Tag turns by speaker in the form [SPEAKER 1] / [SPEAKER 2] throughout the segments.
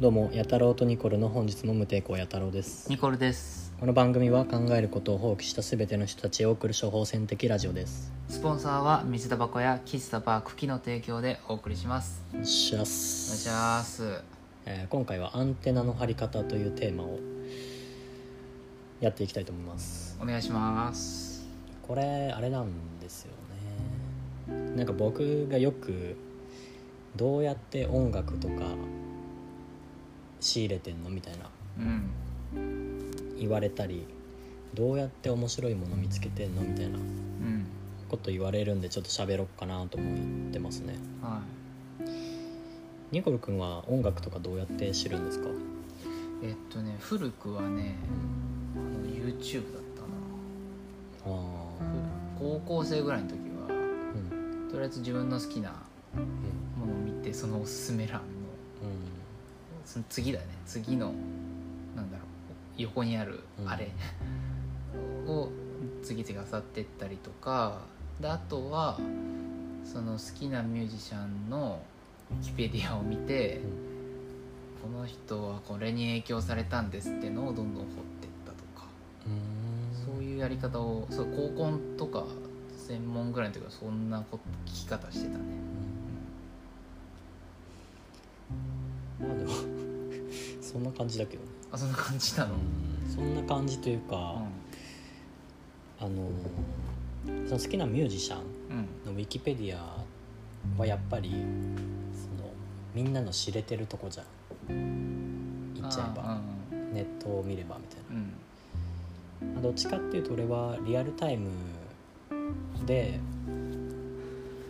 [SPEAKER 1] どうもやたろうとニコルの本日も無抵抗やたろうです
[SPEAKER 2] ニコルです
[SPEAKER 1] この番組は考えることを放棄した全ての人たちを送る処方箋的ラジオです
[SPEAKER 2] スポンサーは水タバコや喫茶バー茎の提供でお送りします
[SPEAKER 1] よっしゃっ
[SPEAKER 2] お願い
[SPEAKER 1] す
[SPEAKER 2] します
[SPEAKER 1] えー今回はアンテナの張り方というテーマをやっていきたいと思います
[SPEAKER 2] お願いします
[SPEAKER 1] これあれなんですよねなんか僕がよくどうやって音楽とか仕入れてんのみたいな
[SPEAKER 2] うん
[SPEAKER 1] 言われたりどうやって面白いもの見つけてんのみたいな
[SPEAKER 2] うん
[SPEAKER 1] こと言われるんでちょっと喋ろっかなと思ってますね
[SPEAKER 2] は
[SPEAKER 1] ニコル君は音楽とかどうやって知るんですか
[SPEAKER 2] いえっとね古くはねあの YouTube だった
[SPEAKER 1] あ
[SPEAKER 2] な
[SPEAKER 1] ー
[SPEAKER 2] ふ高校生ぐらいの時は
[SPEAKER 1] うん
[SPEAKER 2] とりあえず自分の好きな
[SPEAKER 1] うん
[SPEAKER 2] ものを見てそのおすすめ欄のその次だね次のなんだろう横にある
[SPEAKER 1] うん
[SPEAKER 2] あれ を次々漁ってったりとかであとはその好きなミュージシャンのウィキペディアを見て、この人はこれに影響されたんですってのをどんどん掘ってったとか、
[SPEAKER 1] うん
[SPEAKER 2] そういうやり方をそう高校とか専門ぐらいの時はそんなこ聞き方してたね、
[SPEAKER 1] うんまあでもそんな感じだけどね
[SPEAKER 2] あそんな感じなの、
[SPEAKER 1] そんな感じというか、あのーその好きなミュージシャン
[SPEAKER 2] うんう
[SPEAKER 1] の
[SPEAKER 2] ん
[SPEAKER 1] ウィキペディアはやっぱりそのみんなの知れてるとこじゃん言っちゃえば
[SPEAKER 2] あー
[SPEAKER 1] ネットを見ればみたいな
[SPEAKER 2] うんうん
[SPEAKER 1] まあどっちかっていうと俺はリアルタイムで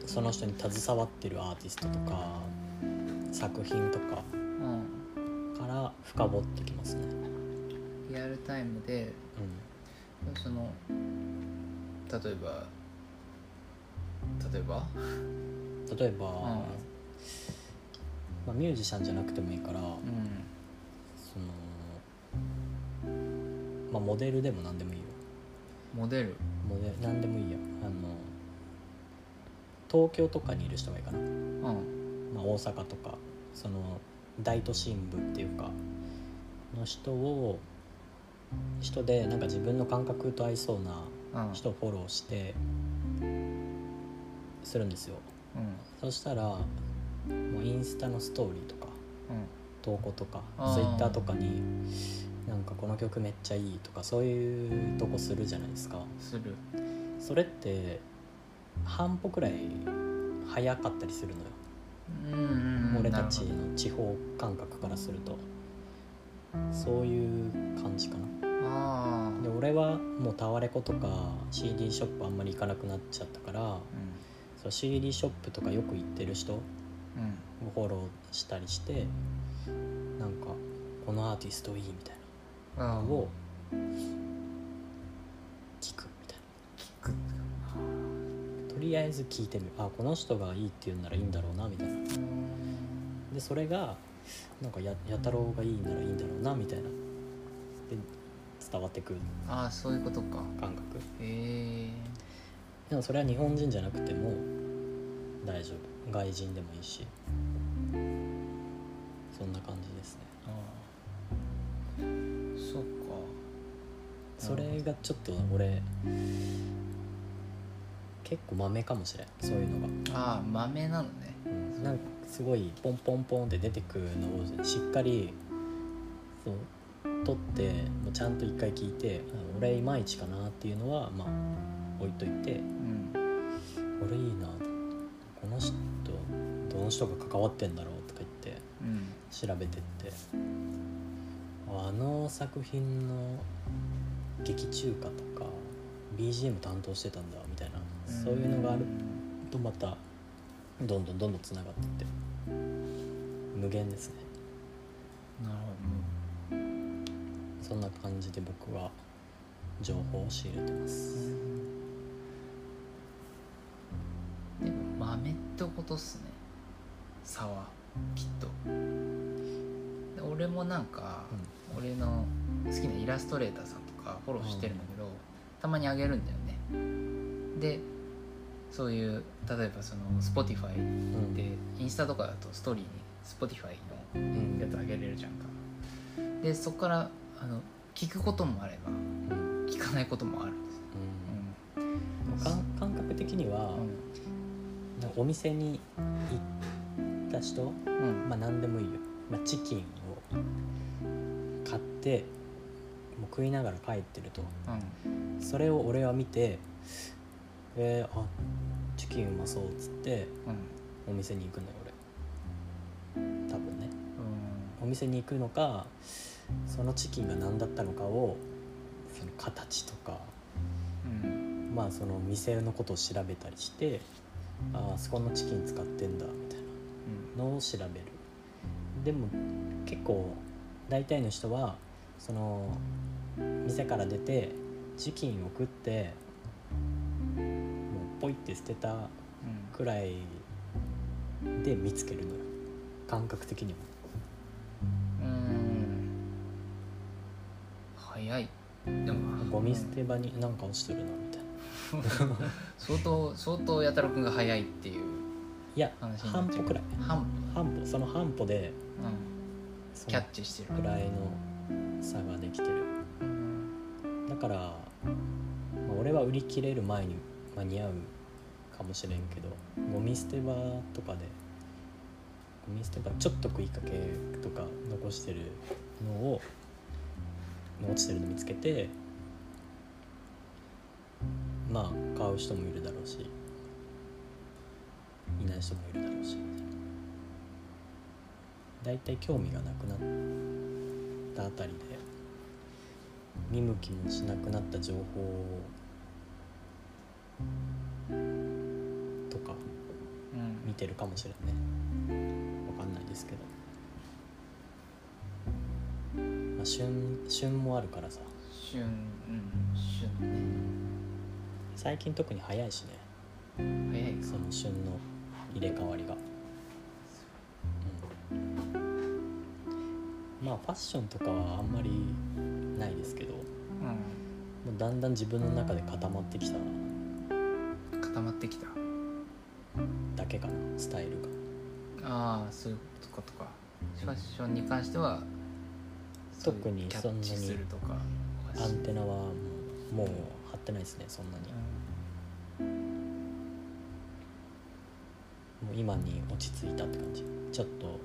[SPEAKER 1] その人に携わってるアーティストとか作品とか
[SPEAKER 2] うん
[SPEAKER 1] から深掘ってきますね、うん
[SPEAKER 2] リアルタイムでその例えば例えば
[SPEAKER 1] 例えば、
[SPEAKER 2] ん
[SPEAKER 1] まあ、ミュージシャンじゃなくてもいいから
[SPEAKER 2] うん
[SPEAKER 1] その、まあ、モデルでも何でもいいよ
[SPEAKER 2] モデル
[SPEAKER 1] モデ何でもいいよあの東京とかにいる人がいいかな
[SPEAKER 2] うん
[SPEAKER 1] まあ、大阪とかその大都心部っていうかの人を人でなんか自分の感覚と合いそうな
[SPEAKER 2] うん
[SPEAKER 1] 人をフォローしてするんですよ
[SPEAKER 2] うん
[SPEAKER 1] そしたらもうインスタのストーリーとか
[SPEAKER 2] うん
[SPEAKER 1] 投稿とか
[SPEAKER 2] あー
[SPEAKER 1] ツイッターとかになんかこの曲めっちゃいいとかそういうとこするじゃないですか
[SPEAKER 2] する
[SPEAKER 1] それって半歩くらい早かったりするのよ
[SPEAKER 2] うんうんうん
[SPEAKER 1] 俺たち
[SPEAKER 2] なる
[SPEAKER 1] の地方感覚からするとそういう感じかな
[SPEAKER 2] ほどああ
[SPEAKER 1] で俺はもうタワレコとか CD ショップあんまり行かなくなっちゃったからそう CD ショップとかよく行ってる人を
[SPEAKER 2] うんうん
[SPEAKER 1] フォローしたりしてなんかこのアーティストいいみたい
[SPEAKER 2] あ
[SPEAKER 1] な
[SPEAKER 2] あ
[SPEAKER 1] のを聞くみたい
[SPEAKER 2] 聞く
[SPEAKER 1] なとりあえず聞いてみるあこの人がいいって言うんならいいんだろうなみたいな
[SPEAKER 2] うん
[SPEAKER 1] でそれがなんかややたろうがいいならいいんだろうなみたいなで伝わってくる
[SPEAKER 2] ああそういうことか
[SPEAKER 1] 感覚
[SPEAKER 2] へえ
[SPEAKER 1] でもそれは日本人じゃなくても大丈夫外人でもいいしそんな感じですね
[SPEAKER 2] ああそうか
[SPEAKER 1] それがちょっと俺結構マメかもしれんそういうのが、
[SPEAKER 2] ああ豆なのね
[SPEAKER 1] うん、なんかすごいポンポンポンって出てくるのをしっかりそう取ってもうちゃんと一回聞いてあ俺いまいちかなっていうのはまあ置いといて
[SPEAKER 2] うん
[SPEAKER 1] 俺いいなこの人どの人が関わってんだろうとか言って
[SPEAKER 2] うん
[SPEAKER 1] 調べてってあの作品の劇中歌とか BGM 担当してたんだみたいなそういうのがあるとまたどんどんどんどんつながってって無限ですね
[SPEAKER 2] なるほ
[SPEAKER 1] そんな感じで僕は情報を仕入れてます
[SPEAKER 2] どでも豆ってことっすね差はきっとで俺もなんか、俺の好きなイラストレーターさんとかフォローしてるんだけど、たまにあげるんだよねでそういう例えばその Spotify
[SPEAKER 1] うん
[SPEAKER 2] でインスタとかだとストーリーに Spotify
[SPEAKER 1] う
[SPEAKER 2] の
[SPEAKER 1] ん
[SPEAKER 2] やつ上げれるじゃんかでそこからあの聞くこともあれば
[SPEAKER 1] うん
[SPEAKER 2] 聞かないこともあるんです、
[SPEAKER 1] うん感感覚的には、
[SPEAKER 2] う
[SPEAKER 1] なんかお店に行った人、
[SPEAKER 2] んうん
[SPEAKER 1] まあ、何でもいいよ、まあ、チキンを買ってもう食いながら帰ってると
[SPEAKER 2] う
[SPEAKER 1] それを俺は見て「えー、あチキンうまそう」っつって
[SPEAKER 2] んうん
[SPEAKER 1] お店に行くんだよ俺多分ね
[SPEAKER 2] う
[SPEAKER 1] お店に行くのかそのチキンが何だったのかをその形とか
[SPEAKER 2] ん
[SPEAKER 1] まあその店のことを調べたりしてああそこのチキン使ってんだみたいなのを調べるでも結構大体の人はその店から出てチキンを食ってもうポイって捨てたくらいで見つけるのよ感覚的にも
[SPEAKER 2] うんうん早いでも
[SPEAKER 1] ゴミ捨て場になんか落ちてるなみたいな
[SPEAKER 2] 相当相当やたろくんが早いっていう
[SPEAKER 1] いや
[SPEAKER 2] 話にな
[SPEAKER 1] 半
[SPEAKER 2] っち
[SPEAKER 1] 歩
[SPEAKER 2] ゃう
[SPEAKER 1] くらい
[SPEAKER 2] 半歩、
[SPEAKER 1] 半歩その半歩で
[SPEAKER 2] うん、
[SPEAKER 1] そ
[SPEAKER 2] キャ
[SPEAKER 1] の
[SPEAKER 2] ッチしてる
[SPEAKER 1] くらいの差ができてる
[SPEAKER 2] うん
[SPEAKER 1] だから、まあ俺は売り切れる前に間に合うかもしれんけどゴミ捨て場とかでゴミ捨て場ちょっと食いかけとか残してるのを落ちてるの見つけてまあ買う人もいるだろうしいない人もいるだろうしみたいな大体興味がなくなったあたりで見向きもしなくなった情報とか
[SPEAKER 2] うん
[SPEAKER 1] 見てるかもしれんねわかんないですけど、まあ、旬旬もあるからさ
[SPEAKER 2] 旬うん旬
[SPEAKER 1] 最近特に早いしね
[SPEAKER 2] ね早いか
[SPEAKER 1] その旬の入れ替わりが、うん、まあファッションとかはあんまりないですけどもうだんだん自分の中で固まってきた
[SPEAKER 2] うん固まってきた
[SPEAKER 1] だけかなスタイルが
[SPEAKER 2] ああそういうことかとかファッションに関してはそういう
[SPEAKER 1] 特に
[SPEAKER 2] キャッチ
[SPEAKER 1] そんなに
[SPEAKER 2] するとか
[SPEAKER 1] アンテナはもうもう張ってないですねそんなにもう今に落ち着いたって感じちょっと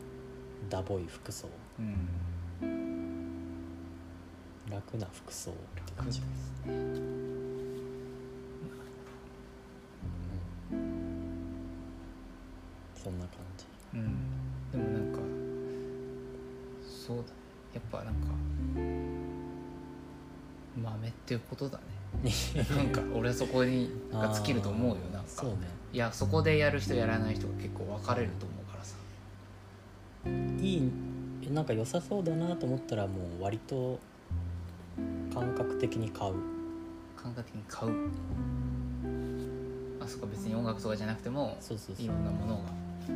[SPEAKER 1] ダボい服装
[SPEAKER 2] うん、うん、
[SPEAKER 1] 楽な服装って
[SPEAKER 2] 楽
[SPEAKER 1] 感
[SPEAKER 2] で
[SPEAKER 1] じ
[SPEAKER 2] すね
[SPEAKER 1] そんな感じ
[SPEAKER 2] うんでもなんかそうだねやっぱなんか豆っていうこ とだねなんか俺はそこになんか尽きると思うよなんか
[SPEAKER 1] そうね
[SPEAKER 2] いやそこでやる人やらない人が結構分かれると思うからさ
[SPEAKER 1] いいなんか良さそうだなと思ったらもう割と感覚的に買う
[SPEAKER 2] 感覚的に買うあそこ別に音楽とかじゃなくても
[SPEAKER 1] そうそうそ
[SPEAKER 2] いうろんなものが
[SPEAKER 1] そ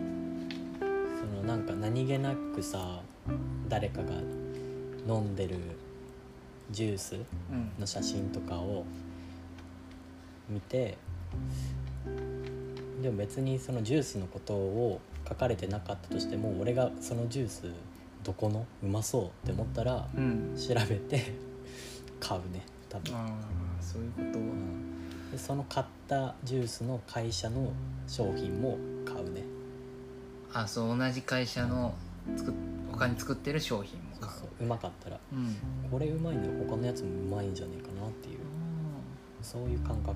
[SPEAKER 1] のなんか何気なくさ誰かが飲んでるジュース
[SPEAKER 2] うん
[SPEAKER 1] の写真とかを見てでも別にそのジュースのことを書かれてなかったとしても俺がそのジュースどこのうまそうって思ったら
[SPEAKER 2] うん
[SPEAKER 1] 調べて買うね多分、
[SPEAKER 2] ああそういうこと
[SPEAKER 1] うんでその買ったジュースの会社の商品も買うね
[SPEAKER 2] あそう同じ会社の作っ他に作ってる商品も
[SPEAKER 1] そう
[SPEAKER 2] 買う
[SPEAKER 1] そううまかったら
[SPEAKER 2] うん
[SPEAKER 1] これうまいなら他のやつもうまいんじゃねえかなっていうそういう感覚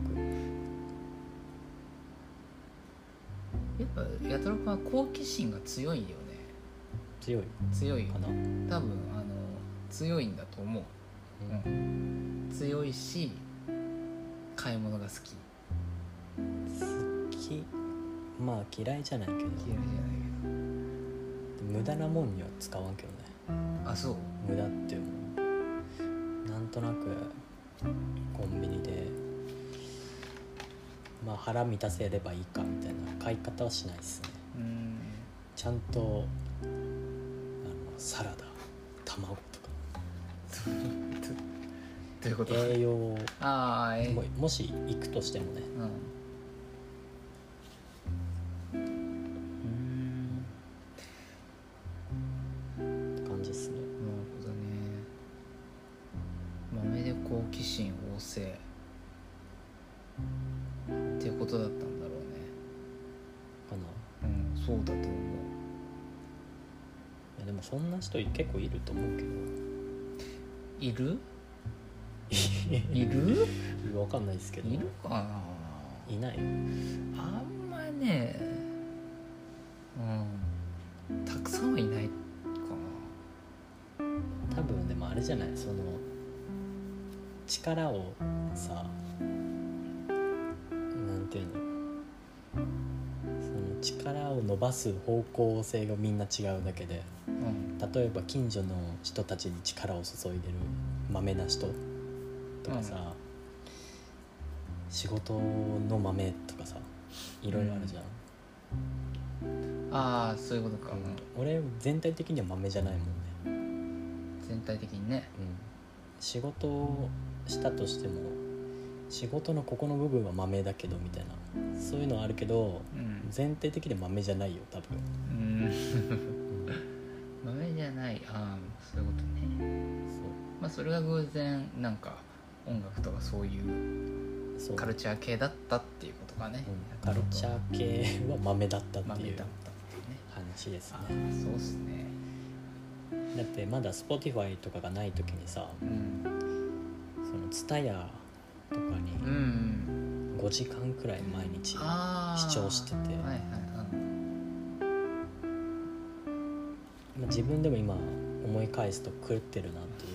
[SPEAKER 2] やっぱ八虎君は好奇心が強いよね
[SPEAKER 1] 強い
[SPEAKER 2] 強いよ
[SPEAKER 1] かな、うん
[SPEAKER 2] 多分あの強いんだと思う強いし買い物が好き
[SPEAKER 1] 好きまあ嫌いじゃないけど
[SPEAKER 2] 嫌いじゃないけ
[SPEAKER 1] 無駄なもんには使わんけどね
[SPEAKER 2] どあそう
[SPEAKER 1] 無駄っていうのなんとなくコンビニでまあ腹満たせればいいかみたいな買い方はしないですね
[SPEAKER 2] うん
[SPEAKER 1] ちゃんとあのサラダ卵とか
[SPEAKER 2] という こと、
[SPEAKER 1] 栄養を
[SPEAKER 2] ああええ
[SPEAKER 1] ももし行くとしてもね
[SPEAKER 2] うんうん
[SPEAKER 1] かな
[SPEAKER 2] うん、そうだと思う
[SPEAKER 1] いやでもそんな人結構いると思うけど
[SPEAKER 2] い るいる
[SPEAKER 1] いやわかんないですけど
[SPEAKER 2] いるかない
[SPEAKER 1] ない
[SPEAKER 2] あんまねうんたくさんはいないか
[SPEAKER 1] 多分でもあれじゃないその力をさなんていうのその力を伸ばす方向性がみんな違うだけで
[SPEAKER 2] なうん
[SPEAKER 1] 例えば近所の人たちに力を注いでるまめな人とかさ、
[SPEAKER 2] うん
[SPEAKER 1] 仕事の豆とかさいろいろあるじゃん、
[SPEAKER 2] ああそういうことか、
[SPEAKER 1] 俺全体的には豆じゃないもんね、
[SPEAKER 2] 全体的にね
[SPEAKER 1] うん、仕事をしたとしても仕事のここの部分は豆だけどみたいなそういうのはあるけど
[SPEAKER 2] うん
[SPEAKER 1] 全体的には豆じゃないよ多分、
[SPEAKER 2] うん 豆じゃないああそういうことね
[SPEAKER 1] そ
[SPEAKER 2] まあそれが偶然なんか音楽とかそういう
[SPEAKER 1] うそう
[SPEAKER 2] カルチャー系だったっていうことかね、
[SPEAKER 1] うんカルチャー系は豆だったってい
[SPEAKER 2] 豆
[SPEAKER 1] う
[SPEAKER 2] だったっていうね
[SPEAKER 1] 話です
[SPEAKER 2] ああ
[SPEAKER 1] ね
[SPEAKER 2] そうっすね
[SPEAKER 1] だってまだ Spotify とかがない時にさ
[SPEAKER 2] うん
[SPEAKER 1] その TSUTAYA とか
[SPEAKER 2] う
[SPEAKER 1] に
[SPEAKER 2] ん
[SPEAKER 1] 5時間くらい毎日
[SPEAKER 2] ああ
[SPEAKER 1] 視聴してて
[SPEAKER 2] はいはいはい
[SPEAKER 1] まあ自分でも今思い返すと狂ってるなってい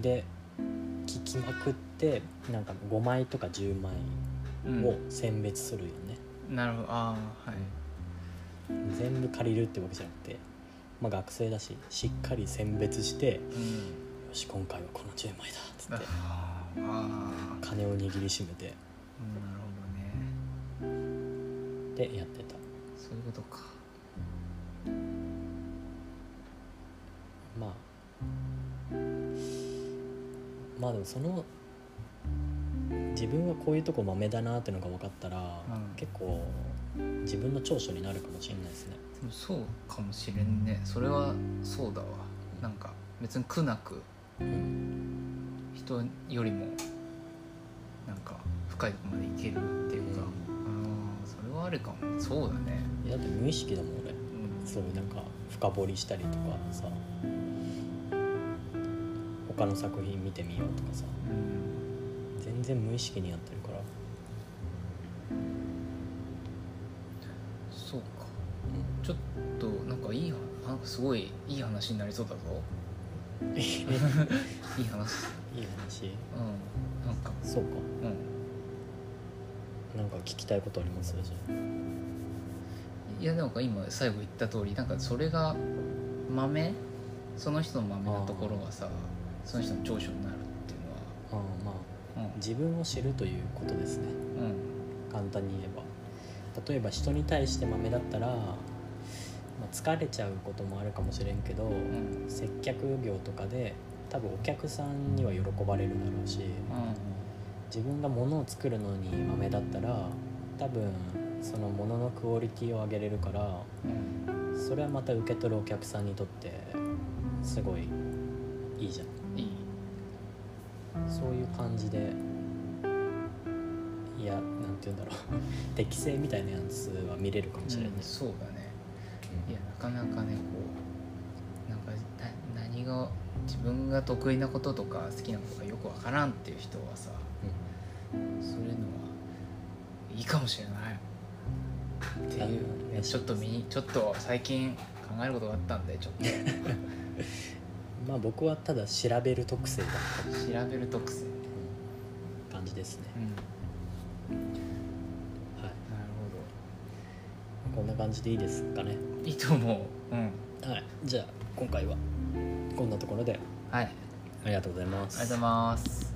[SPEAKER 1] うで聞きまくってなんか5枚とか10枚
[SPEAKER 2] うん
[SPEAKER 1] を選別するよね、
[SPEAKER 2] なるほどああはい
[SPEAKER 1] 全部借りるってわけじゃなくて、まあ、学生だししっかり選別してよ
[SPEAKER 2] うん
[SPEAKER 1] し今回はこの10枚だっつ
[SPEAKER 2] あ
[SPEAKER 1] って
[SPEAKER 2] ーあー
[SPEAKER 1] 金を握りしめて
[SPEAKER 2] うんなるほどね
[SPEAKER 1] でやってた
[SPEAKER 2] そういうことか
[SPEAKER 1] まあまあでもその自分はこういうとこ豆だなってのが分かったら、
[SPEAKER 2] うん
[SPEAKER 1] 結構自分の長所になるかもしれないですね
[SPEAKER 2] でもそうかもしれんねそれはそうだわなんか別に苦なく
[SPEAKER 1] うん
[SPEAKER 2] 人よりもなんか深いとこまでいけるっていうか、
[SPEAKER 1] う
[SPEAKER 2] ああそれはあるかもそうだね、
[SPEAKER 1] いやだって無意識だもん俺
[SPEAKER 2] うん、
[SPEAKER 1] そういうなんか深掘りしたりとかさ他の作品見てみようとかさ
[SPEAKER 2] うん
[SPEAKER 1] 全然無意識にやってるから、
[SPEAKER 2] そうか
[SPEAKER 1] う
[SPEAKER 2] ちょっとなんかいいはなんかすごいいい話になりそうだぞ
[SPEAKER 1] ん いい
[SPEAKER 2] いい
[SPEAKER 1] 話
[SPEAKER 2] 話うんなんか
[SPEAKER 1] そうか
[SPEAKER 2] うん
[SPEAKER 1] なんか聞きたいことありますじゃ
[SPEAKER 2] いやなんか今最後言った通りなんかそれが豆その人の豆なところがさその人の長所になるってい
[SPEAKER 1] ああーまあ
[SPEAKER 2] うのは
[SPEAKER 1] 自分を知るということですね
[SPEAKER 2] うんうん
[SPEAKER 1] 簡単に言えば例えば人に対してマメだったら、まあ、疲れちゃうこともあるかもしれんけど
[SPEAKER 2] うん
[SPEAKER 1] 接客業とかで多分お客さんには喜ばれるだろうし自分が物を作るのにマメだったら多分その物のクオリティを上げれるから
[SPEAKER 2] うん
[SPEAKER 1] それはまた受け取るお客さんにとってすごいいいじゃん
[SPEAKER 2] うんいい
[SPEAKER 1] そういう感じでいやなんて言うん だろう適性みたいなやつは見れるかもしれない、
[SPEAKER 2] うんそうだねいやなかなかねこうなんかな何が自分が得意なこととか好きなことがよくわからんっていう人はさそういうのはいいかもしれないっていう、ね、ちょっと身にちょっと最近考えることがあったんでち ょっと
[SPEAKER 1] うんまあ僕はただ調べる特性だっ
[SPEAKER 2] 調べる特性
[SPEAKER 1] た、うん感じですね
[SPEAKER 2] うん
[SPEAKER 1] はい
[SPEAKER 2] なる
[SPEAKER 1] こんな感じでいいですかね
[SPEAKER 2] ほどいいと思ううん
[SPEAKER 1] はいじゃあ今回はこんなところで
[SPEAKER 2] はいありが
[SPEAKER 1] ありがとうございます
[SPEAKER 2] とうございます